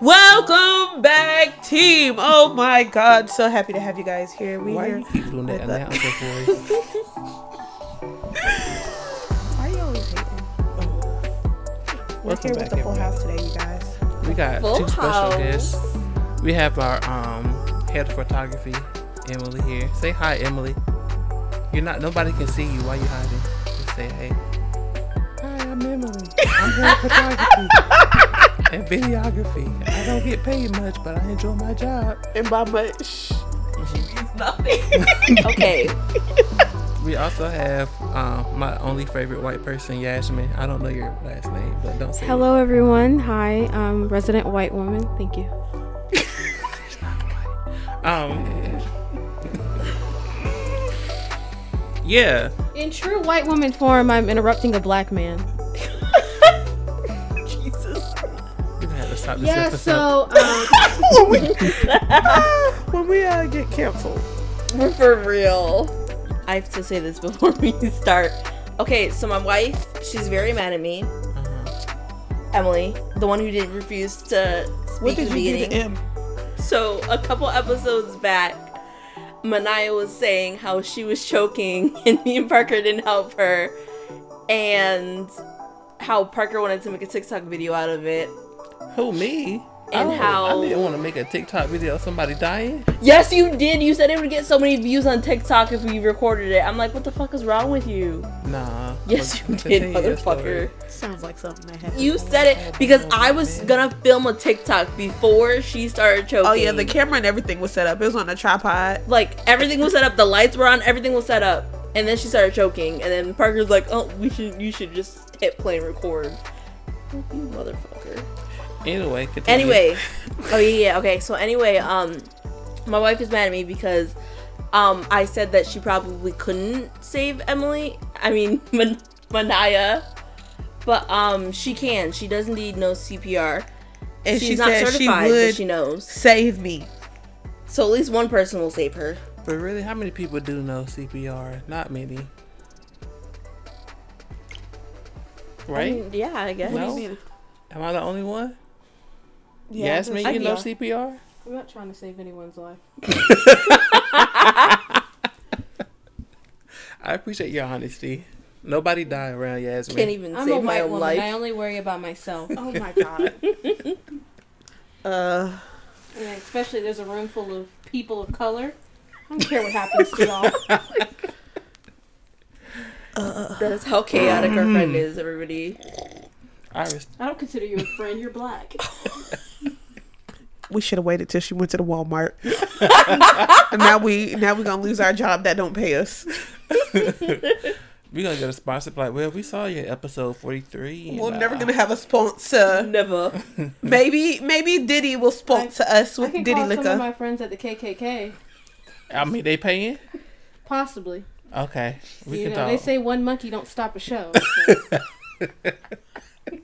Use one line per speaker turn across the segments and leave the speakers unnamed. Welcome back, team. Oh my god, so happy to have you guys here. We
Why
here.
you keep doing that
with the-
announcer voice?
Why are you always hating? We're here
Welcome
with
back,
the full
everybody.
house today, you guys.
We got
Full
two special
house.
guests. We have our um, head of photography, Emily here. Say hi, Emily. You're not. Nobody can see you. Why you hiding? Just say hey. Hi, I'm Emily. I'm head of photography and videography. I don't get paid much, but I enjoy my job.
And by much.
Okay.
We also have um, my only favorite white person, Yasmin. I don't know your last name, but don't say
Hello, everyone. Hi, um, resident white woman. Thank you.
Um. yeah.
In true white woman form, I'm interrupting a black man.
We're gonna have to stop this
Yeah,
episode.
so um,
When we uh, get canceled.
We're for real. I have to say this before we start. Okay, so my wife, she's very mad at me.
Uh-huh.
Emily, the one who didn't refuse to speak
What
in
did
the
you do
beginning.
to M?
so a couple episodes back, Manaya was saying how she was choking and me and Parker didn't help her. And how Parker wanted to make a TikTok video out of it.
Who me?
And
Oh,
how-
I didn't want to make a TikTok video of somebody dying.
Yes, you did. You said it would get so many views on TikTok if we recorded it. I'm like, what the fuck is wrong with you?
Nah.
Yes, Oh,
but
you did,
continue your
motherfucker.
story.
Sounds like something I had.
You said it because I was gonna film a TikTok before she started choking.
Oh yeah, the camera and everything was set up. It was on a tripod.
like everything was set up. The lights were on. Everything was set up, and then she started choking. And then Parker's like, "Oh, we should. You should just hit play and record." You motherfucker.
Anyway. Continue.
Anyway, oh yeah, yeah, okay. So anyway, um, my wife is mad at me because, um, I said that she probably couldn't save Emily. I mean, Man- Manaya, but um, she can. She doesn't need no CPR.
And
She's
she
not
said she
certified, but
would
she knows.
save me.
So at least one person will save her.
But really, how many people do know CPR? Not many. Right?
Mm, Yeah, I guess.
no. Am I the only one?
Yeah,
Yasmin,
I
you know
think
CPR?
I'm not trying to save anyone's life.
I appreciate your honesty. Nobody died around Yasmin.
Can't even
I'm a
save my
white
own
woman.
life.
I only worry about myself.
Oh my god. uh,
Yeah, especially there's a room full of people of color. I don't care what happens to y'all.
That's how chaotic our friend is, everybody.
I res-
I don't consider you a friend. You're black.
we should have waited till she went to the Walmart. now we now we're gonna lose our job that don't pay us.
We're gonna get a sponsor like, well, we saw your episode uh, forty three.
We're never gonna have a sponsor.
Never.
Maybe maybe Diddy will sponsor us
I
with
can
Diddy
call some
liquor.
of my friends at the KKK.
I mean they paying?
Possibly.
Okay. We
you
can
know,
talk.
they say one monkey don't stop a show. so-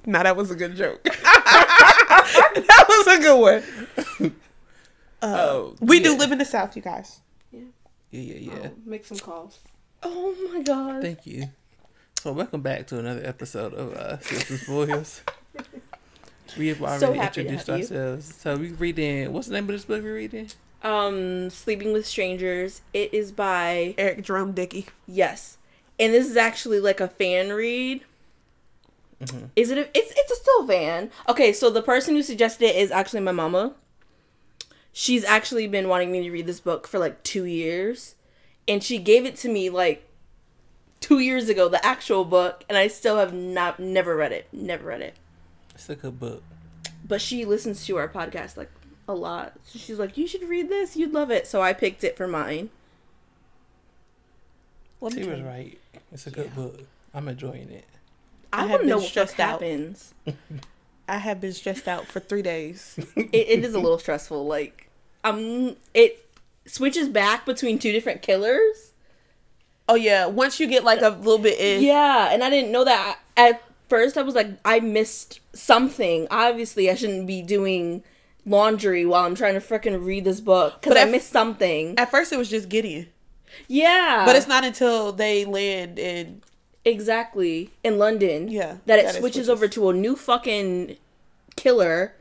nah, that was a good joke. that was a good one.
oh,
Uh, We
yeah.
do live in the South, you guys.
Yeah, yeah, yeah.
I'll make some calls.
Oh my god.
Thank you. So welcome back to another episode of uh Sisters Boys. We have already
happy to
introduced
have you.
ourselves. So we reading what's the name of this book we're reading?
Um, Sleeping with Strangers. It is by
Eric Drum Dickey.
Yes. And this is actually like a fan read.
Mm-hmm.
Is it? A, it's it's a still fan. Okay, so the person who suggested it is actually my mama. She's actually been wanting me to read this book for like two years, and she gave it to me like two years ago, the actual book, and I still have not never read it, never read it.
It's a good book.
But she listens to our podcast like a lot, so she's like, "You should read this, you'd love it." So I picked it for mine.
Let me
She was
try.
right. It's a good book. I'm enjoying it.
I
I,
have
want to
been
know what fuck
stressed out.
happens.
I have been stressed out for three days.
it, it is a little stressful. Like, um, it switches back between two different killers.
Oh yeah, once you get like a little bit in,
Yeah, and I didn't know that at first. I was like, I missed something. Obviously, I shouldn't be doing laundry while I'm trying to freaking read this book because
But
I
at-
missed something.
at first it was just Gideon,
yeah,
but it's not until they land and
exactly in London.
Yeah,
that
that
it
it
switches
switches.
over to a new fucking killer.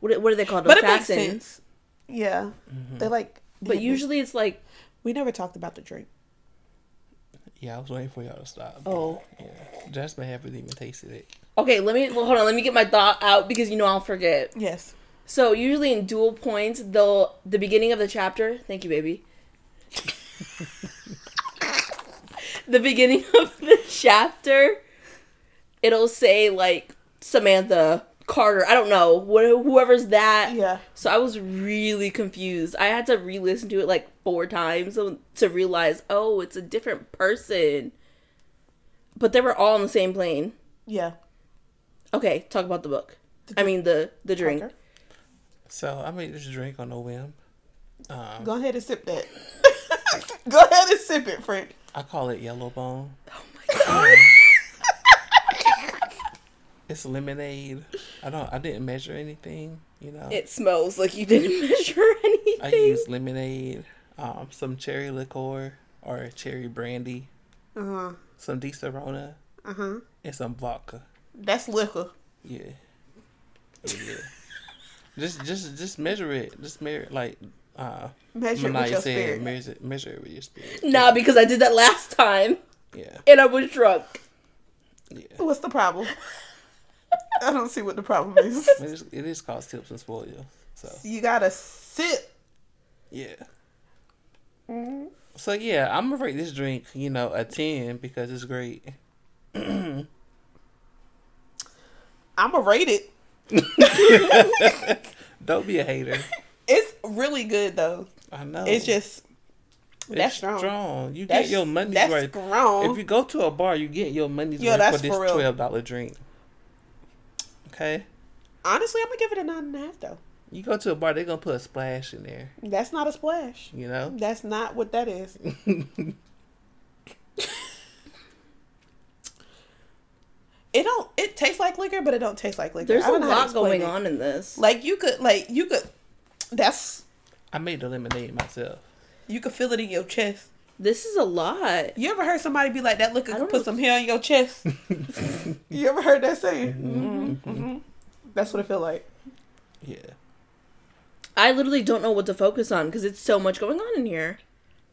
What, what are they called?
But it makes
Assassins.
sense. Yeah,
Mm-hmm.
they like.
But usually it's like
we never talked about the drink.
Yeah, I was waiting for y'all to stop.
Oh.
Yeah. Jasmine haven't even tasted it.
okay. Let me well, hold on. Let me get my thought out because you know I'll forget.
Yes.
So usually in dual points, though the beginning of the chapter. Thank you, baby. the beginning of the chapter, it'll say like Samantha Carter. I don't know wh- whoever's that.
Yeah.
So I was really confused. I had to re-listen to it like four times to- to realize, oh, it's a different person. But they were all on the same plane.
Yeah.
Okay, talk about the book. I mean the the drink.
Parker.
So I made this drink on a whim. Um,
Go ahead and sip that. Go ahead and sip it, Frank.
I call it Yellow Bone.
Oh my god.
It's lemonade. I don't. I didn't measure anything. You know.
It smells like you didn't measure anything.
I use lemonade, um, some cherry liqueur or cherry brandy,
Uh huh.
some Di Serrano,
Uh huh.
and some vodka.
That's liquor.
Yeah. Oh, Yeah. just, just, just measure it. Just measure it like. Uh,
Measure it with
Manaya
your
said,
spirit.
measure, measure it with your spirit.
nah, because I did that last time
Yeah,
and I was drunk.
yeah.
What's the problem? I don't see what the problem is.
It is, it is called tips and spoils. So
You gotta sip.
Yeah.
Mm-hmm.
So yeah, I'm gonna rate this drink, you know, a ten because it's great.
I'ma rate it.
Don't be a hater.
It's really good though.
I know.
It's
Mm-hmm.
just
It's
that's strong.
You
That's-
get your money's
that's
worth.
strong.
If you go to a bar, you get your money's
Yo,
worth
that's
for this
for real.
twelve dollar drink. Okay.
Honestly, I'm gonna give it a nine and a half though.
You go to a bar, they're gonna put a splash in there.
That's not a splash.
You know.
That's not what that is. It don't. It tastes like liquor, but it don't taste like liquor.
There's
I
a
don't know how to
lot
explain
going
it.
on in this.
Like you could, like you could. That's
I made the lemonade myself.
you could feel it in your chest.
This is a lot.
You ever heard somebody be like that? Liquor
I
could
don't
put
know.
some hair on your chest. you ever heard that saying? Mm-hmm. hmm That's what it feel like.
Yeah.
I literally don't know what to focus on because it's so much going on in here.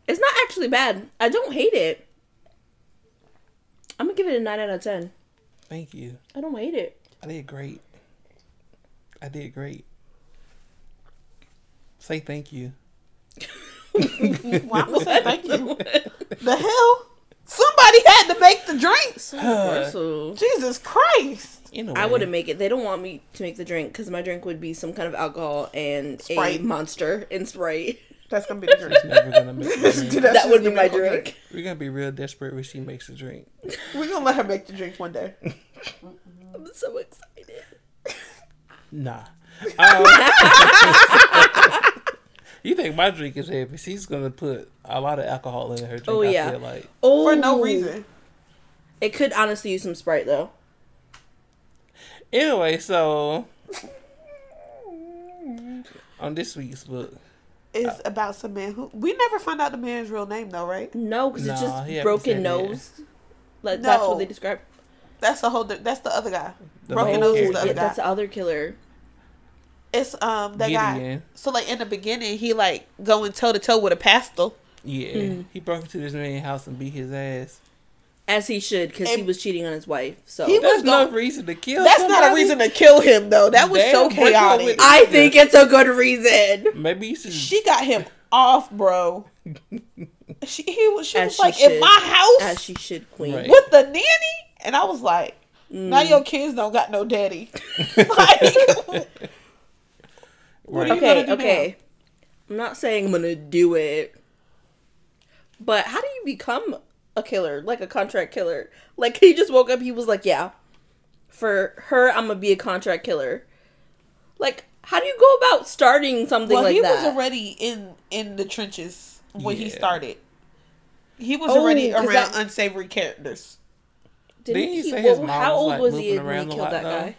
It's not actually bad. I don't hate it. I'm gonna give it a nine out of ten.
Thank you.
I don't hate it.
I did great. I did great. Say thank you.
Well, I'm gonna say thank you. the hell? Somebody had to make the drinks.
So
Jesus Christ!
Anyway,
I wouldn't make it. They don't want me to make the drink because my drink would be some kind of alcohol and
Sprite.
a monster and Sprite.
That's gonna be the drink.
Never gonna make the drink.
That's
that would be
just
my
gonna a
drink.
We're gonna be real desperate when she makes a drink.
We're gonna let her make the drink one day.
I'm so excited.
Nah. Um, you think my drink is heavy? She's gonna put a lot of alcohol in her drink.
Oh,
I
yeah.
feel like
Oh,
For no reason.
It could honestly use some Sprite though.
anyway. So on this week's book,
It's about some man who we never find out the man's real name though, right?
No, because
Nah,
it's
he
just
haven't
broken
said
nose. Like that's
No.
what they describe.
That's the whole. That's the other guy.
The
Broken
main
nose is the
character.
other
Yeah,
yeah,
guy.
that's the other killer.
It's um that guy.
Gideon.
So like in the beginning, he like going toe to toe with a pastor.
yeah,
Hmm.
he broke into this man's house and beat his ass.
As he should, because he
And-
was cheating on his wife. So
He was
That's no
gone.
reason to kill.
That's not a
somebody.
reason to kill him though. That was
Damn,
so
break up with
chaotic.
it.
I think it's a good reason.
Maybe you should.
She got him off, bro. She he was she
As
was
she
like in
should.
my house
As she should, Mm. queen.
Right.
with the nanny, and I was like, now your kids don't got no daddy. like,
Right.
you
Okay,
gonna do
okay. I'm not saying I'm gonna do it, but how do you become a killer, like a contract killer? Like he just woke up, he was like, "Yeah, for her, I'm gonna be a contract killer." Like, how do you go about starting something
well,
like
he
that?
was already in in the trenches when he
Yeah.
started. He was
Oh,
already
'cause
around
that-
unsavory characters.
Didn't
Didn't he
he?
say
well,
his mom
how
was,
old
like,
was he
moving
when he
around a
killed
lot,
that
though?
guy?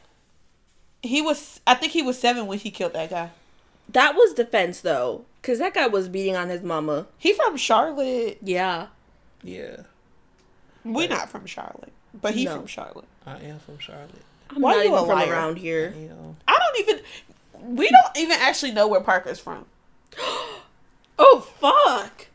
He was, I think, he was seven when he killed that guy.
That was defense though, because that guy was beating on his mama.
He from Charlotte.
Yeah.
Yeah,
We not from Charlotte, but he
No.
from Charlotte.
I am from Charlotte.
I'm
Why
not
you
even
a
from
liar?
around here.
You know,
I don't even. We don't even actually know where Parker's from.
Oh fuck!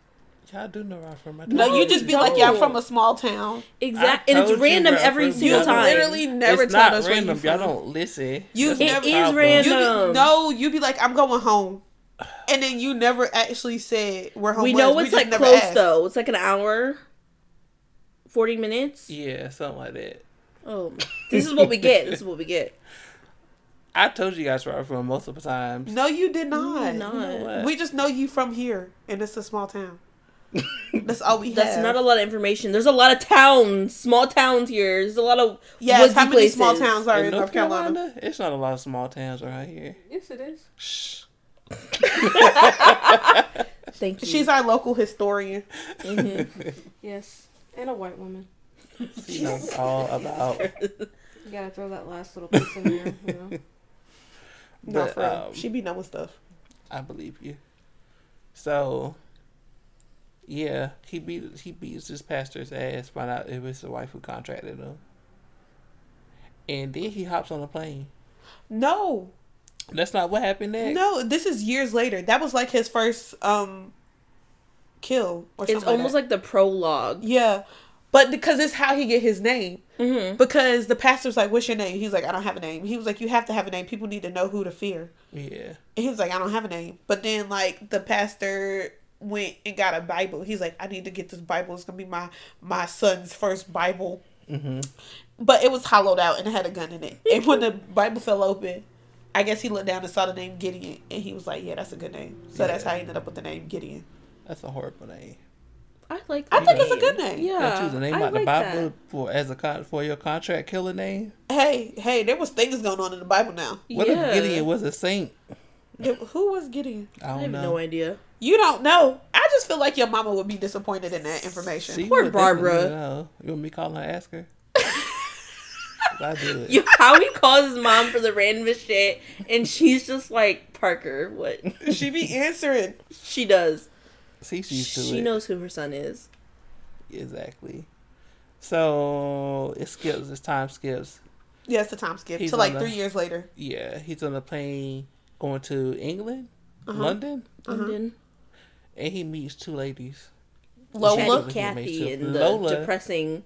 Y'all do know where I'm from. I
No,
told
you just be like,
don't.
yeah, I'm from a small town.
Exactly,
I
and it's
told you,
random
bro,
every
from
single
the
time.
other-
Literally never
it's
told
not
us where
random.
you
Y'all
from.
don't listen.
You-
That's
It
my
is
problem.
You
random.
be,
Um,
no, you be like, I'm going home, and then you never actually said where home.
we
was.
know it's
just
like
never
close
asked.
though. It's like an hour, forty minutes.
Yeah, something like that.
Oh, my- this is what we get. This is what we get.
I told you guys where I'm from multiple times.
No, you did not.
Not.
What?
We just know you from here, and it's a small town. That's all we
That's
have.
not a lot of information. There's a lot of towns, small towns here. There's a lot of
Yes,
woodsy
how many
places.
small towns are in,
in
North Carolina?
it's not a lot of small towns around here.
Yes, it is.
Shh.
Thank you.
She's our local historian.
Yes, and a white woman.
You know, it's all about.
You gotta throw that last little piece in there. You know?
No,
But,
for real.
um,
she be knowing stuff.
I believe you. So, yeah, he beat he beats his pastor's ass. Find out it was the wife who contracted him, and then he hops on a plane.
No,
That's not what happened next.
no, this is years later. That was like his first um kill or something.
it's almost
like,
like the prologue.
that. yeah, but because it's how he get his name.
Mm-hmm.
Because the pastor's like, "What's your name?" He's like, "I don't have a name." He was like, "You have to have a name. People need to know who to fear."
Yeah,
And he was like, I don't have a name. But then like the pastor went and got a Bible. He's like, I need to get this Bible. It's gonna be my my son's first Bible. But it was hollowed out and it had a gun in it. And when the Bible fell open, I guess he looked down and saw the name Gideon, and he was like, Yeah, that's a good name. So that's how he ended up with the name Gideon.
that's a horrible name.
I like.
I
that
think it's a
name.
good name.
Yeah,
Don't choose a name
I
out the
like
Bible
that.
for as a con- for your contract killer name.
Hey, hey, there was things going on in the Bible now.
What
Yeah.
if Gideon was a saint?
It- who was Gideon?
I don't
I have
know.
no idea.
You don't know. I just feel like your mama would be disappointed in that information.
See, you
Poor
would definitely
Barbara.
know. You want me calling her, ask her? I do it.
You, how he calls his mom for the randomest shit, and she's just like Parker. What
she be answering.
she does,
See, she's to
she
it.
knows who her son is.
Exactly. So it skips. It's time skips.
Yes, the time skip
He's
to like
on the-
three years later.
Yeah, he's on a plane going to England,
Uh-huh.
London,
Uh-huh.
London,
and he meets two ladies.
Lola.
Lola.
Chatty Kathy, and the
Lola.
depressing,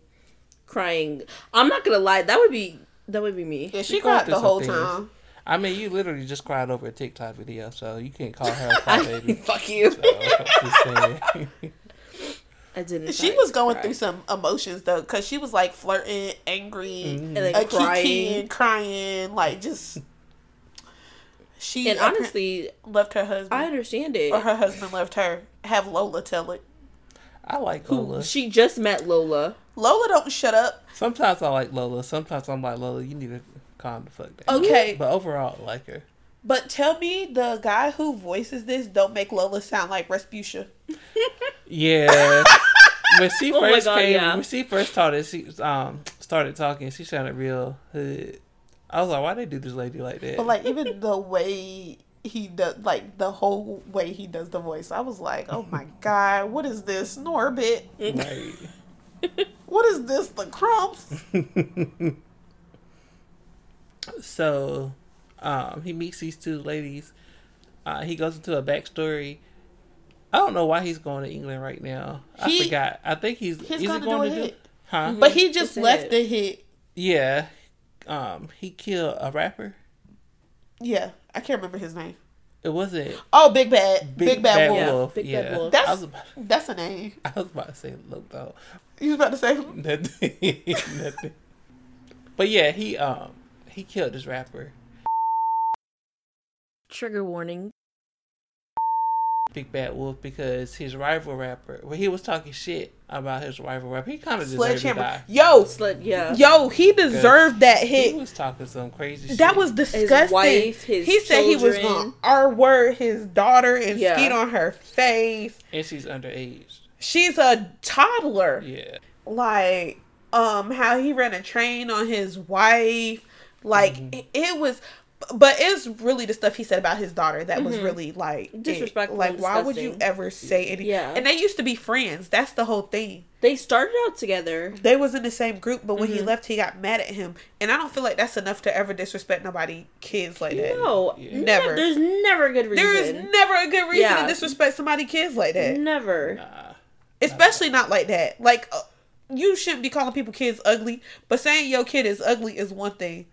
crying. I'm not gonna lie. That would be that would be me.
Yeah, she
She going
cried
through
the
some
whole
things.
time.
I mean, you literally just cried over a TikTok video, so you can't call her a crybaby.
Fuck you.
so, I'm just saying.
I didn't.
She
cry.
was going
Cry.
through some emotions though, because she was like flirting, angry,
Mm-hmm.
and
uh,
then
crying,
crying.
crying, like just. She
And
appar-
honestly,
left her husband,
I understand it.
or her husband left her. Have Lola tell it.
I like Lola.
She just met Lola.
Lola don't shut up.
Sometimes I like Lola. Sometimes I'm like Lola. You need to calm the fuck down.
Okay.
But overall, I like her.
But tell me, the guy who voices this don't make Lola sound like Respucia.
Yeah. when she
Oh my
first
God,
came,
yeah.
when she first started, she um started talking. She sounded real hood. I was like, why they do this lady like that?
But like even the way he does, like the whole way he does the voice, I was like, oh my god, what is this, Norbit?
Right.
What is this, the Crumps?
so, um, he meets these two ladies. Uh, he goes into a backstory. I don't know why he's going to England right now.
He-
I forgot. I think he's
He's
is he
gonna do a
going to do,
hit.
huh?
But he just
It's a
left
hit.
the hit.
yeah, um, he killed a rapper.
Yeah, I can't remember his name.
It wasn't
Oh, Big Bad, Big, Bad, Wolf.
Wolf. Big Bad Wolf.
I
That's
was about,
that's a name.
I was about to say look though.
You was about to say
Nothing. Nothing. But yeah, he um he killed this rapper,
Trigger warning.
Big Bad Wolf, because his rival rapper when he was talking shit about his rival rapper, he kinda deserved to
Sledgehammer.
die.
Yo,
Slut. Yeah.
yo, he deserved that
He
hit.
was talking some crazy shit.
That was disgusting.
wife, his
he said he was
children.
gonna R word his daughter and
Yeah.
skeet on her face.
and she's underage.
She's a toddler.
Yeah.
like
Mm-hmm.
um how he ran a train on his wife like it, it was but it's really the stuff he said about his daughter that was really like it.
Mm-hmm. Disrespectful
Like,
and
why would you
disgusting.
ever say anything?
Yeah.
And they used to be friends. That's the whole thing.
They started out together.
They was in the same group, but when he
Mm-hmm.
left, he got mad at him, and I don't feel like that's enough to ever disrespect nobody kids like that.
No,
Yeah.
ne-
Never.
there's never a good reason.
There is never a good reason
Yeah. Mm-hmm.
to disrespect somebody kids like that,
never.
Nah.
especially not like that. Like, uh, you shouldn't be calling people kids ugly, but saying your kid is ugly is one thing.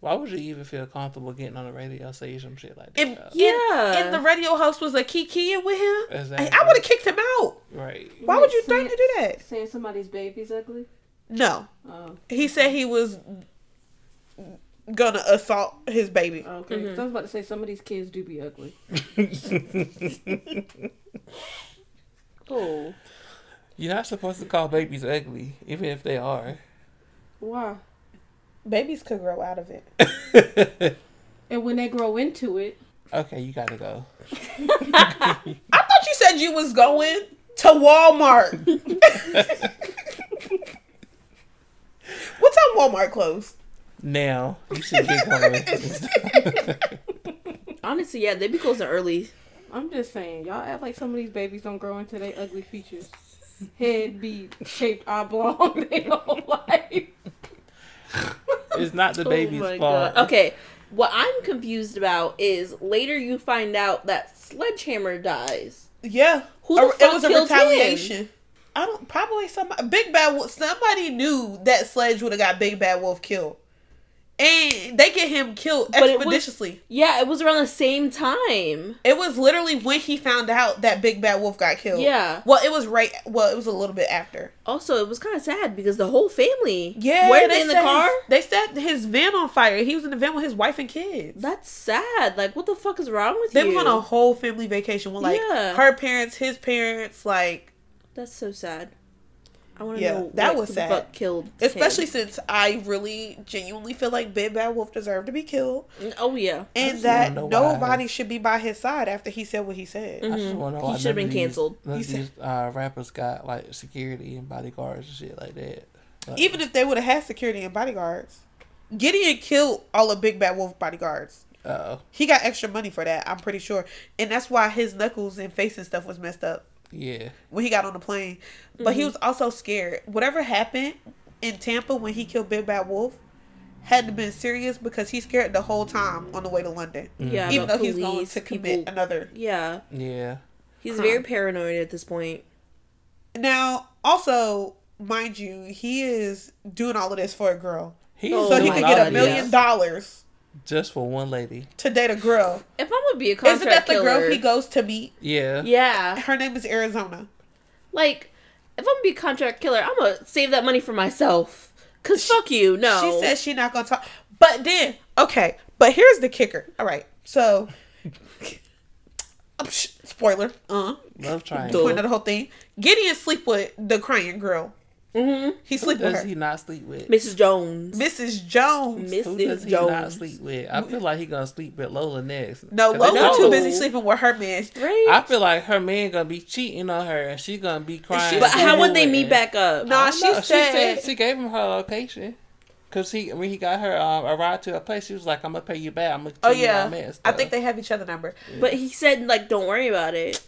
Why would you even feel comfortable getting on the radio saying some shit like that?
And,
though?
yeah.
Yeah.
and, the radio host was a key keying with him.
Exactly.
I, I would have kicked him out.
right.
Why would you think to do that?
Saying somebody's baby's ugly?
No.
Oh,
He said he was gonna assault his baby.
okay. So I was about to say some of these kids do be ugly.
Oh,
You're not supposed to call babies ugly, even if they are.
Why?
Babies could grow out of it.
And when they grow into it,
okay, you gotta go.
I thought you said you was going to Walmart. what time Walmart closed?
Now you should get going.
honestly, yeah, they be closing early.
I'm just saying, y'all act like some of these babies don't grow into their ugly features. Head be shaped oblong their whole life.
it's not the baby's fault.
Oh Okay, what I'm confused about is later you find out that Sledgehammer dies.
Yeah.
Who
A-
the fuck
it was a
killed him?
retaliation. I don't probably somebody Big Bad Wolf somebody knew that Sledge would have got Big Bad Wolf killed. And they get him killed
But it was-
expeditiously.
Yeah, it was around the same time.
It was literally when he found out that Big Bad Wolf got killed.
Yeah.
Well, it was right. Well, it was a little bit after.
Also, it was kind of sad because the whole family.
Yeah.
were they in the
set his-
car?
they set his van on fire. He was in the van with his wife and kids.
That's sad. Like, what the fuck is wrong with
They
you?
was on a whole family vacation with like
Yeah.
her parents, his parents, like
That's so sad. I want to
Yeah,
know
that
what
was
the
sad.
fuck killed. him.
especially since I really genuinely feel like Big Bad Wolf deserved to be killed,
Oh yeah.
and
just
that
wanna know Mm-hmm. why.
nobody should be by his side after he said what he said.
I just wanna know
He
why
should've
none of
been
these-
canceled.
none of
He
These uh, rappers got like security and bodyguards and shit like that. Like,
Even if they would have had security and bodyguards, Gideon killed all of Big Bad Wolf bodyguards.
oh
He got extra money for that, I'm pretty sure. And that's why his knuckles and face and stuff was messed up
yeah,
when he got on the plane. But
Mm-hmm.
he was also scared. Whatever happened in Tampa when he killed Big Bad Wolf had to been serious because he's scared the whole time on the way to London.
Mm.
Yeah.
Mm. Even
the
though he's going
police,
to commit
people-
another.
Yeah,
yeah.
he's very paranoid at this point.
Now, also, mind you, he is doing all of this for a girl.
He's
Oh,
So he
doing
could
all
get a
of
million
this
dollars
just for one lady.
to date a girl.
If I'm gonna be a contract
Isn't that the
killer,
girl he goes to meet?
Yeah,
yeah,
Her name is Arizona.
like if I'm gonna be a contract killer, I'm gonna save that money for myself. Cause fuck you, no.
She says she not gonna talk. But then, okay. But here's the kicker. All right. So, Psh, spoiler. Uh.
love triangle.
Point of the whole thing. Gideon sleep with the crying girl.
Mhm.
He sleep with
Does
her.
he not sleep with?
Mrs. Jones.
Mrs. Jones.
Who does
Mrs.
he not
Jones.
sleep with? I feel like he gonna sleep with Lola next.
No,
'Cause they
Lola
know-
too busy sleeping with her man.
Right?
I feel like her man gonna be cheating on her, and she gonna be crying.
she-
but how would they
everywhere.
meet back up?
Nah,
I don't
she,
know.
said,
she gave him her location. Cause he when he got her um, a ride to a place, she was like, "I'm gonna pay you back. I'm gonna
Oh
tell you my
yeah,
mess."
I think they have each other number.
But he said like, don't worry about it.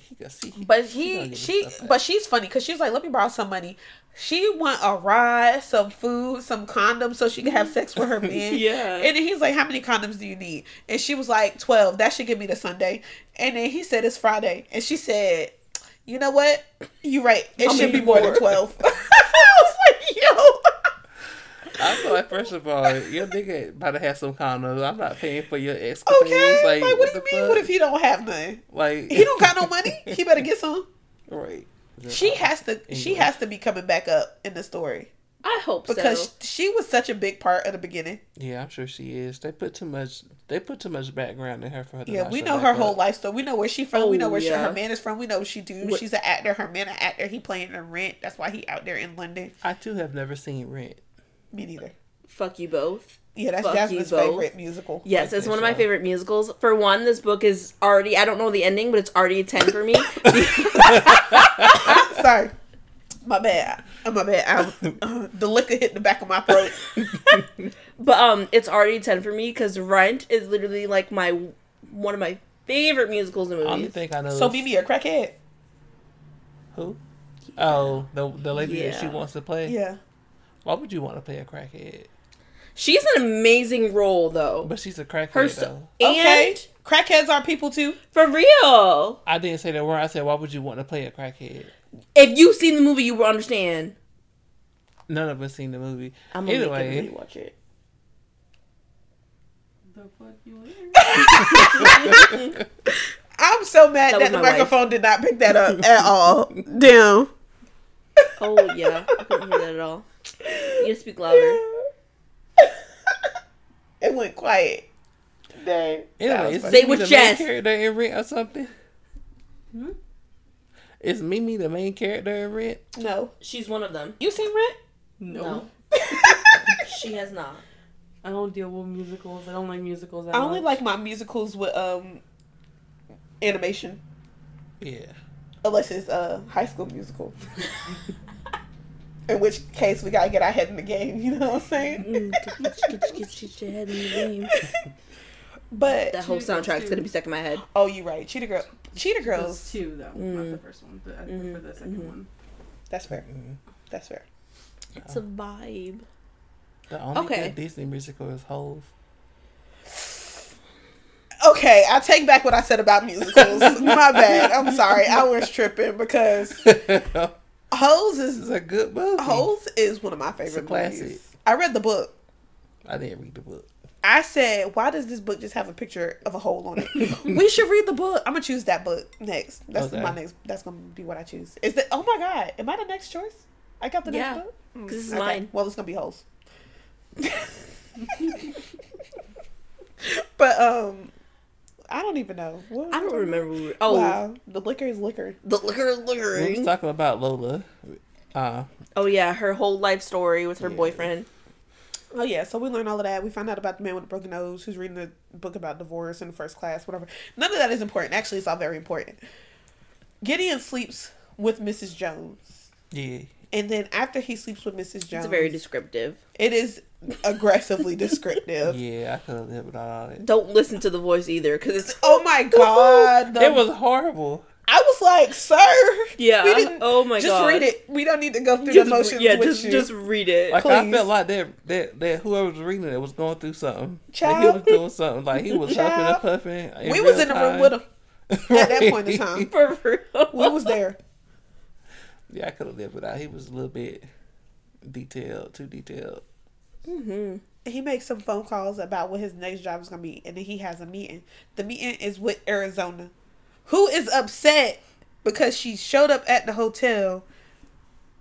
he gonna see. he-
But
gonna
he,
get
she,
his stuff
but she's funny because she's like, let me borrow some money. She want a ride, some food, some condoms, so she can have sex with her man.
Yeah.
And then he's like, how many condoms do you need? And she was like, twelve. That should give me the Sunday. And then he said it's Friday, and she said, you know what? You right. It
I'll
should be
make
more than
more.
twelve. I was like, yo.
I feel like first of all, your nigga about to have some condoms. I'm not paying for your escapades.
Okay. Like, what do you
the
mean?
fuck?
What if he don't have none?
like
He don't got no money. He better get some.
right.
She has to. She
Anyway.
has to be coming back up in the story.
I hope
because
so.
she was such a big part of the beginning.
Yeah, I'm sure she is. They put too much. They put too much background in her for her. To
Yeah,
not
we
show
know
back
her
up.
whole life story. We know where she from. we
Oh,
know where she,
yeah.
her man is from. We know what she do.
What-
She's an actor. Her man an actor. He playing in Rent. That's why he out there in London.
I too have never seen Rent.
Me neither.
Fuck you both.
Yeah, that's
Fuck you
Jasmine's
both.
favorite musical.
Yes, it's
think
one of my
so.
favorite musicals. For one, this book is already I don't know the ending, but it's already a ten for me.
Sorry. My bad. Uh, My bad. I, uh, the liquor hit the back of my throat.
But um, it's already ten for me because Rent is literally like my one of my favorite musicals and
only
movies.
thing I know
Oh, so
is
BB a crackhead.
who? Oh, the the lady that she
Yeah.
wants to play.
Yeah.
Why would you want to play a crackhead?
She's an amazing role though.
But she's a crackhead
Her
though.
so-
Okay.
and
Crackheads are people too.
for real,
I didn't say that word. I said, why would you want to play a crackhead?
if you've seen the movie, you will understand.
None of us seen the movie.
I'm gonna
anyway,
make watch it.
The fuck you
I'm so mad
That
that,
was
the
my wife.
microphone did not pick that up at all. Damn.
Oh yeah, I couldn't hear that at all. You gotta speak louder.
it went quiet. Dang. That
anyway,
was
is
funny.
Say
Mimi
with Hmm?
the
Jess.
main character in Rent or something? Is Mimi the main character in Rent?
no.
She's one of them.
You seen Rent?
no.
No, she has not.
I don't deal with musicals. I don't like musicals. That
I only
much.
like my musicals with um animation,
Yeah.
unless it's uh, High School Musical. In which case, we gotta get our head in the game. You know what I'm
Mm.
saying?
That
but
whole soundtrack's gonna be stuck in my head.
oh, you right, Cheetah Girl, Cheetah
Those
Girls.
two though, not the first one, but I prefer the 2nd one.
That's fair. That's fair.
It's a vibe.
The only
Okay.
good Disney musical is Holes.
Okay, I take back what I said about musicals. my bad. I'm sorry. I was tripping because
it's
Hoes is
a good movie.
Hoes is one of my favorite
Mm. classic.
movies. I read the book.
I didn't read the book.
I said, why does this book just have a picture of a hole on it? we should read the book. I'm gonna choose that book next. That's
Okay.
my next. That's gonna be what I choose. Is that? Oh my god! Am I the next choice? I got the
Yeah,
next book. Mm.
'cause this is
Okay,
mine.
Well, it's gonna be holes. but um, I don't even know. What
I don't remember. we were- Oh,
Wow, the liquor is liquor.
the liquor, liquor.
We was talking about Lola. Uh,
Oh yeah, her whole life story with her
Yeah.
boyfriend.
Oh yeah, so we learn all of that. We find out about the man with the broken nose who's reading the book about divorce in first class, whatever. None of that is important. Actually, it's all very important. Gideon sleeps with Mrs. Jones,
yeah.
and then after he sleeps with Mrs. Jones,
It's very descriptive.
it is aggressively descriptive.
Yeah, I could have lived without all that.
Don't listen to the voice either, because it's
Oh my god! the-
It was horrible.
I was like, sir,
yeah.
we didn't-
oh my
just
god.
read it. We don't need to go through
Just,
the motions
yeah,
with
just
you.
just read it.
Like I
Please.
felt like that that that whoever was reading it was going through something. Like he
Child.
was doing something. Like he was huffing and
Child.
puffing.
we was in the room with him
him
at that point in time.
For real.
We was there.
Yeah, I could have lived without. He was a little bit detailed, too detailed.
he makes some phone calls about what his next job is gonna be, and then he has a meeting. The meeting is with Arizona, who is upset because she showed up at the hotel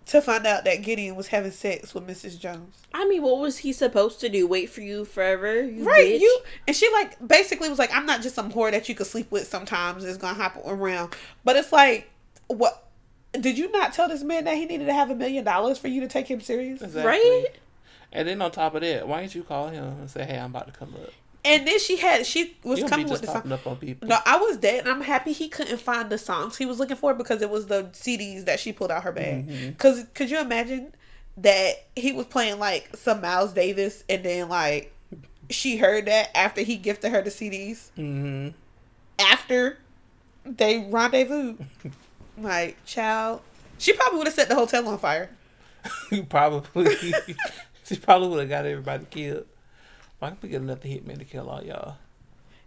to find out that Gideon was having sex with Mrs. Jones.
I mean, what was he supposed to do? Wait for you forever? You
Right,
bitch?
you and she like basically was like, I'm not just some whore that you could sleep with sometimes it's gonna hop around. But it's like what did you not tell this man that he needed to have a million dollars for you to take him serious?
Right?
And then on top of that, why didn't you call him and say, "Hey, I'm about to come up"?
And then she had she was
You don't be
coming with
just
the song.
popping up on people.
No, I was dead, and I'm happy he couldn't find the songs he was looking for because it was the CDs that she pulled out her bag. Cause could you imagine that he was playing like some Miles Davis, and then like she heard that after he gifted her the CDs
hmm
after they rendezvous, like child, she probably would have set the hotel on fire.
You probably she probably would have got everybody killed. Why can't we get another hitman to kill all y'all?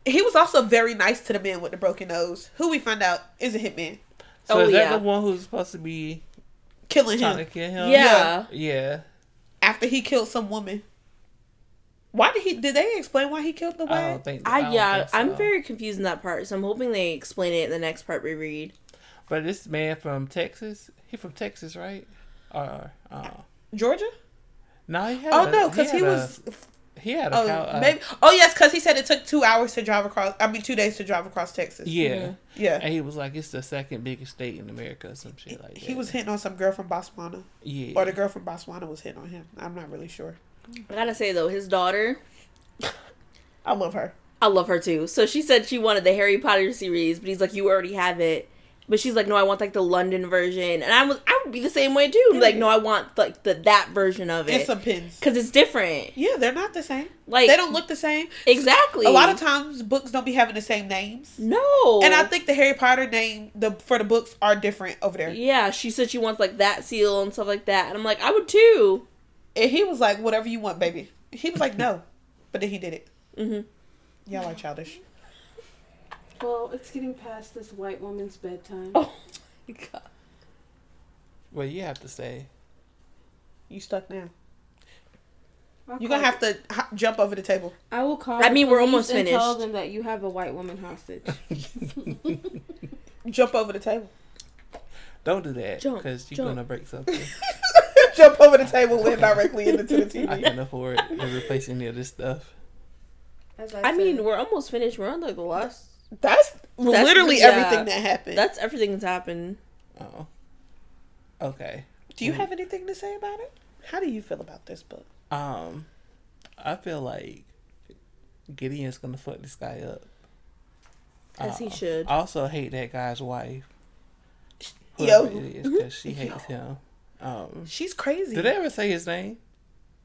He was also very nice to the man with the broken nose, who we find out is a hitman,
So
Oh,
is that
yeah.
the one who's supposed to be
killing
trying to
him
kill him?
Yeah.
Yeah.
after he killed some woman. Why did he? Did they explain why he killed the
I
wife?
don't think. I,
I
don't
yeah,
think so.
I'm very confused in that part, so I'm hoping they explain it in the next part we read.
But this man from Texas, he from Texas, right? Or uh,
Georgia?
no, he had.
Oh
a-
no, because
had
he, was.
A, he had a.
oh,
cow, uh,
maybe. Oh yes, because he said it took two hours to drive across. I mean, two days to drive across Texas.
Yeah.
yeah.
And he was like, it's the second biggest state in America or some shit like that.
He was hitting on some girl from Botswana,
Yeah.
or the girl from Botswana was hitting on him. I'm not really sure.
I gotta say though, his daughter,
I love her.
I love her too. So she said she wanted the Harry Potter series, but he's like, you already have it. But she's like, no, I want like the London version, and I was I would be the same way too. Like, no, I want like the that version of
and
it
some pins.
because it's different.
Yeah, they're not the same.
Like
they don't look the same.
exactly.
A lot of times, books don't be having the same names.
no,
And I think the Harry Potter name the for the books are different over there.
yeah, she said she wants like that seal and stuff like that, and I'm like, I would too.
And he was like, "Whatever you want, baby." He was like, "No," but then he did it.
hmm
Y'all are childish.
Well, it's getting past this white woman's bedtime.
Oh. God.
Well, you have to say.
You stuck now.
I'll
You're gonna
call-
have to h- jump over the table.
I will call.
I
the
mean, we're
police
almost
and Tell
finished.
them that you have a white woman hostage.
Jump over the table.
Don't do that
Jump,
because you're
jump.
gonna break something.
jump over the table and directly into the
I
TV.
can afford to replace any of this stuff.
As I,
I
said.
mean, we're almost finished. We're on like the last.
That's, literally
yeah.
everything that happened.
That's everything that's happened.
Oh. Okay.
do you have anything to say about it? How do you feel about this book?
Um, I feel like Gideon's gonna fuck this guy up. Uh,
As he should.
I also hate that guy's wife.
Yo.
Whoever it is,
Mm-hmm.
because she hates him. Um,
She's crazy.
did they ever say his name?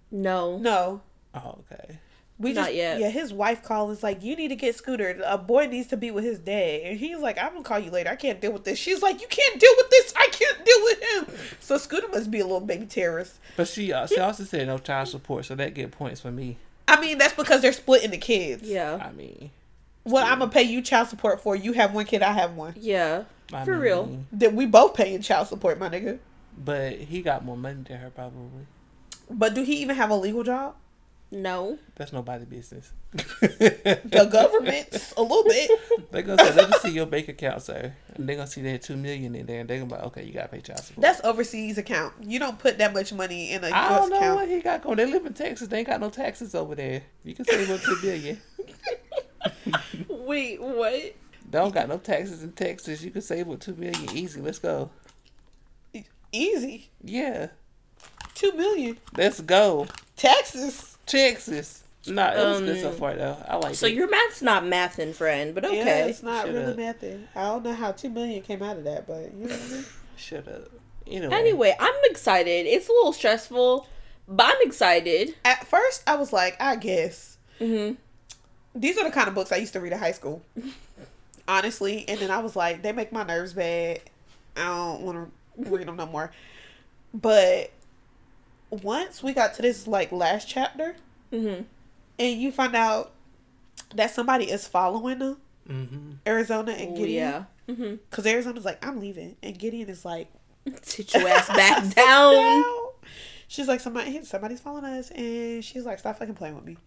No.
No.
Oh, okay.
We
Not
just,
yet.
Yeah, his wife called is like, You need to get Scooter. A boy needs to be with his dad. And he's like, I'm gonna call you later. I can't deal with this. She's like, You can't deal with this. I can't deal with him. So Scooter must be a little baby terrorist.
But she uh, she also said no child support, so that get points for me.
I mean, that's because they're splitting the kids.
Yeah.
I mean,
What I'm gonna pay you child support for, you have one kid, I have one.
Yeah.
I
For real.
mean,
That we both paying child support, my nigga.
But he got more money than her probably.
But do he even have a legal job?
No.
That's nobody business.
The government's a little bit.
They're gonna say, let me see your bank account, sir. And they're gonna see that two million in there and they're gonna be like, Okay, you gotta pay child support.
That's overseas account. You don't put that much money in a
I
US
don't know what
account.
he got going. They live in Texas, they ain't got no taxes over there. You can save up to a billion.
Wait, what?
They don't got no taxes in Texas. You can save up two million easy. Let's go.
Easy.
Yeah.
Two million.
Let's go.
Taxes.
Texas. Nah, it was good
Um,
so far though. I like
So
it.
your math's not mathin', friend, but
Yeah,
okay.
it's not
Shut
really
up.
nothing. I don't know how two million came out of that, but you know what I mean?
Shut up. Anyway.
Anyway, I'm excited. It's a little stressful, but I'm excited.
At first I was like, I guess.
Mm-hmm.
These are the kind of books I used to read in high school. Honestly. And then I was like, they make my nerves bad. I don't want to read them no more. But once we got to this like last chapter,
Mm-hmm.
and you find out that somebody is following them,
Mm-hmm.
Arizona and
Ooh,
Gideon,
yeah. Mm-hmm.
because Arizona's like, I'm leaving, and Gideon is like,
Sit your ass back
"Sit
down.
She's like, somebody, hey, somebody's following us, and she's like, stop fucking playing with me.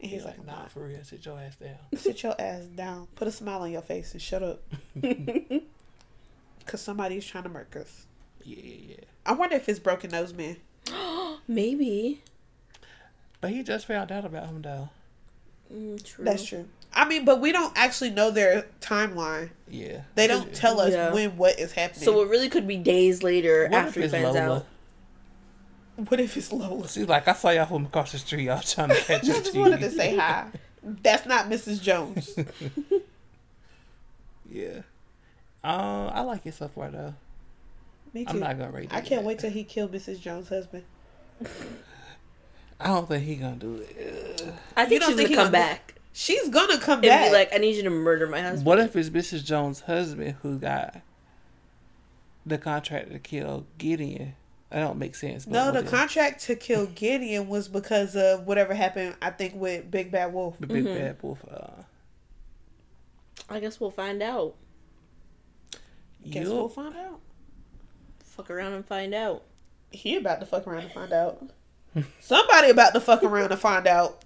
And he's
He's
like,
like,
I'm
nah,
not.
for real, sit your ass down.
Sit your ass down. Put a smile on your face and shut up, because somebody's trying to murk us.
Yeah, yeah, yeah.
I wonder if it's Broken Nose Man.
Maybe.
But he just found out about him though.
Mm, true.
That's true. I mean, but we don't actually know their timeline.
Yeah.
They don't tell us
Yeah.
when what is happening.
So it really could be days later
What
after
if
he
it's
finds
Lola?
out.
what if it's Lola?
She's like, I saw y'all from across the street. Y'all trying to catch
I
your
just wanted to
cheese."
say hi. That's not Mrs. Jones.
Yeah. Um, I like it so far though.
Me too.
I'm not gonna rate it.
I can't wait till he killed Mrs. Jones' husband.
I don't think he gonna do it. Ugh.
I
You
think
don't
she's
think
gonna
he gonna-
come back
She's gonna come
and be
back.
like, "I need you to murder my husband."
What if it's Mrs. Jones' husband who got the contract to kill Gideon? That don't make sense. but
no,
what
the
if-
contract to kill Gideon was because of whatever happened. I think with Big Bad Wolf.
the big
Mhm.
bad wolf. Uh,
I guess we'll find out.
Guess
you-
we'll find out.
Fuck around and find out.
He about to fuck around and find out. Somebody about to fuck around and find out.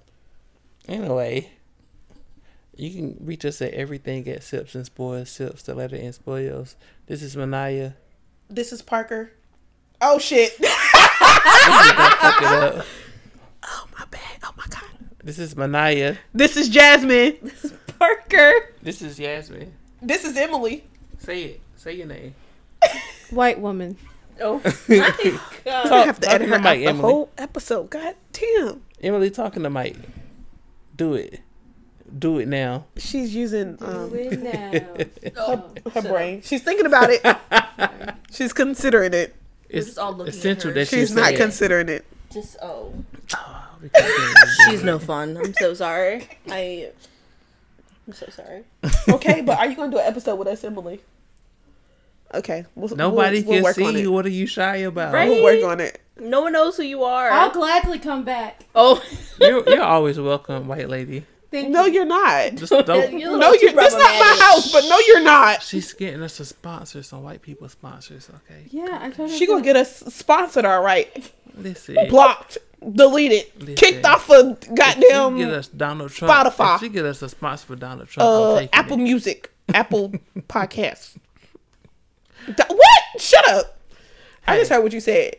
Anyway, you can reach us at everything at Sips and Spoils, Sips, the letter and Spoils. This is Manaya.
This is Parker. Oh shit.
Fuck it up.
oh my bad. Oh my god.
This is Manaya.
This is Jasmine.
Parker.
This is Yasmin.
This is Emily.
Say it. Say your name.
white woman.
Oh
talking
my god.
I have to
talk
edit
to
her
the
out
mic,
the
Emily.
whole episode. God damn.
Emily talking to Mike. Do it. Do it now.
She's using um,
it now.
Oh,
her brain. She's thinking about it. She's considering it.
It's
just all looking at
essential
her.
that
She's
you
not
say it.
considering it.
just oh.
Oh, we consider it.
She's no fun. I'm so sorry. I. I'm so sorry.
Okay, but are you gonna do an episode with us, Emily? Okay. We'll,
Nobody
we'll, we'll
can
work on
see
it.
you. What are you shy about? Oh,
Right.
We'll work on it.
No one knows who you are.
I'll gladly come back.
oh,
You're, you're always welcome, white lady.
Thank
No,
you.
you're not.
Just don't.
You're a
No,
little
you're.
too
That's not my
problematic.
house. But no, you're not.
She's getting us to sponsor some white people sponsors. Okay,
Yeah, I told her.
She gonna get us sponsored, all right?
listen.
Blocked, deleted,
Listen.
kicked off of
If she get
goddamn
us Donald Trump. if
Spotify.
she get us a sponsor for Donald Trump. I'm
uh,
taking
Apple
It.
Music, Apple Podcasts. Da- what? Shut up! I just heard what you said.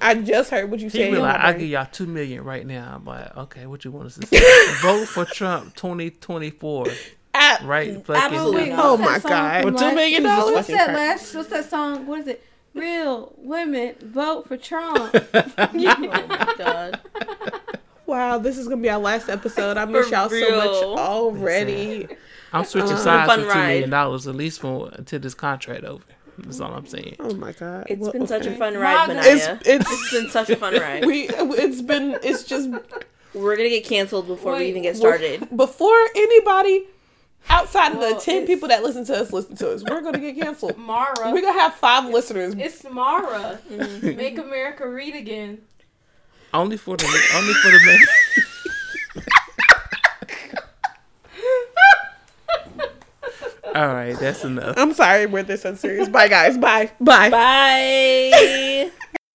I just heard what you
He
said.
be
in
like,
my
I
brain.
give y'all two million right now. I'm like, okay, what you want us to say? Vote for Trump 2024,
App-
right?
Oh, wait,
Fucking.
absolutely.
what's
Oh
that
my
song
God.
from
Well, two
last-
million dollars?
What's
Fucking
that
crap.
last? What's that song? What is it? Real women vote for Trump.
oh my god.
Wow, this is gonna be our last episode. I miss
For
y'all so
real.
much already.
I'm switching
a
sides
fun
for two million
ride.
dollars at least for until this contract over. That's all I'm saying.
Oh my God,
It's
Well,
been such a
okay.
fun ride,
Wow,
Manaya.
this-
It's,
It's it's
been such a fun ride.
we it's been it's just
We're gonna get canceled before we
Wait,
even get started.
before anybody outside of
Well,
the 10
it's-
people that listen to us listen to us we're gonna get canceled
Mara.
we're gonna have five listeners
It's Mara. Make America read again.
Only for the only for the man. All right, that's enough.
i'm sorry we're this unserious bye guys bye bye
Bye.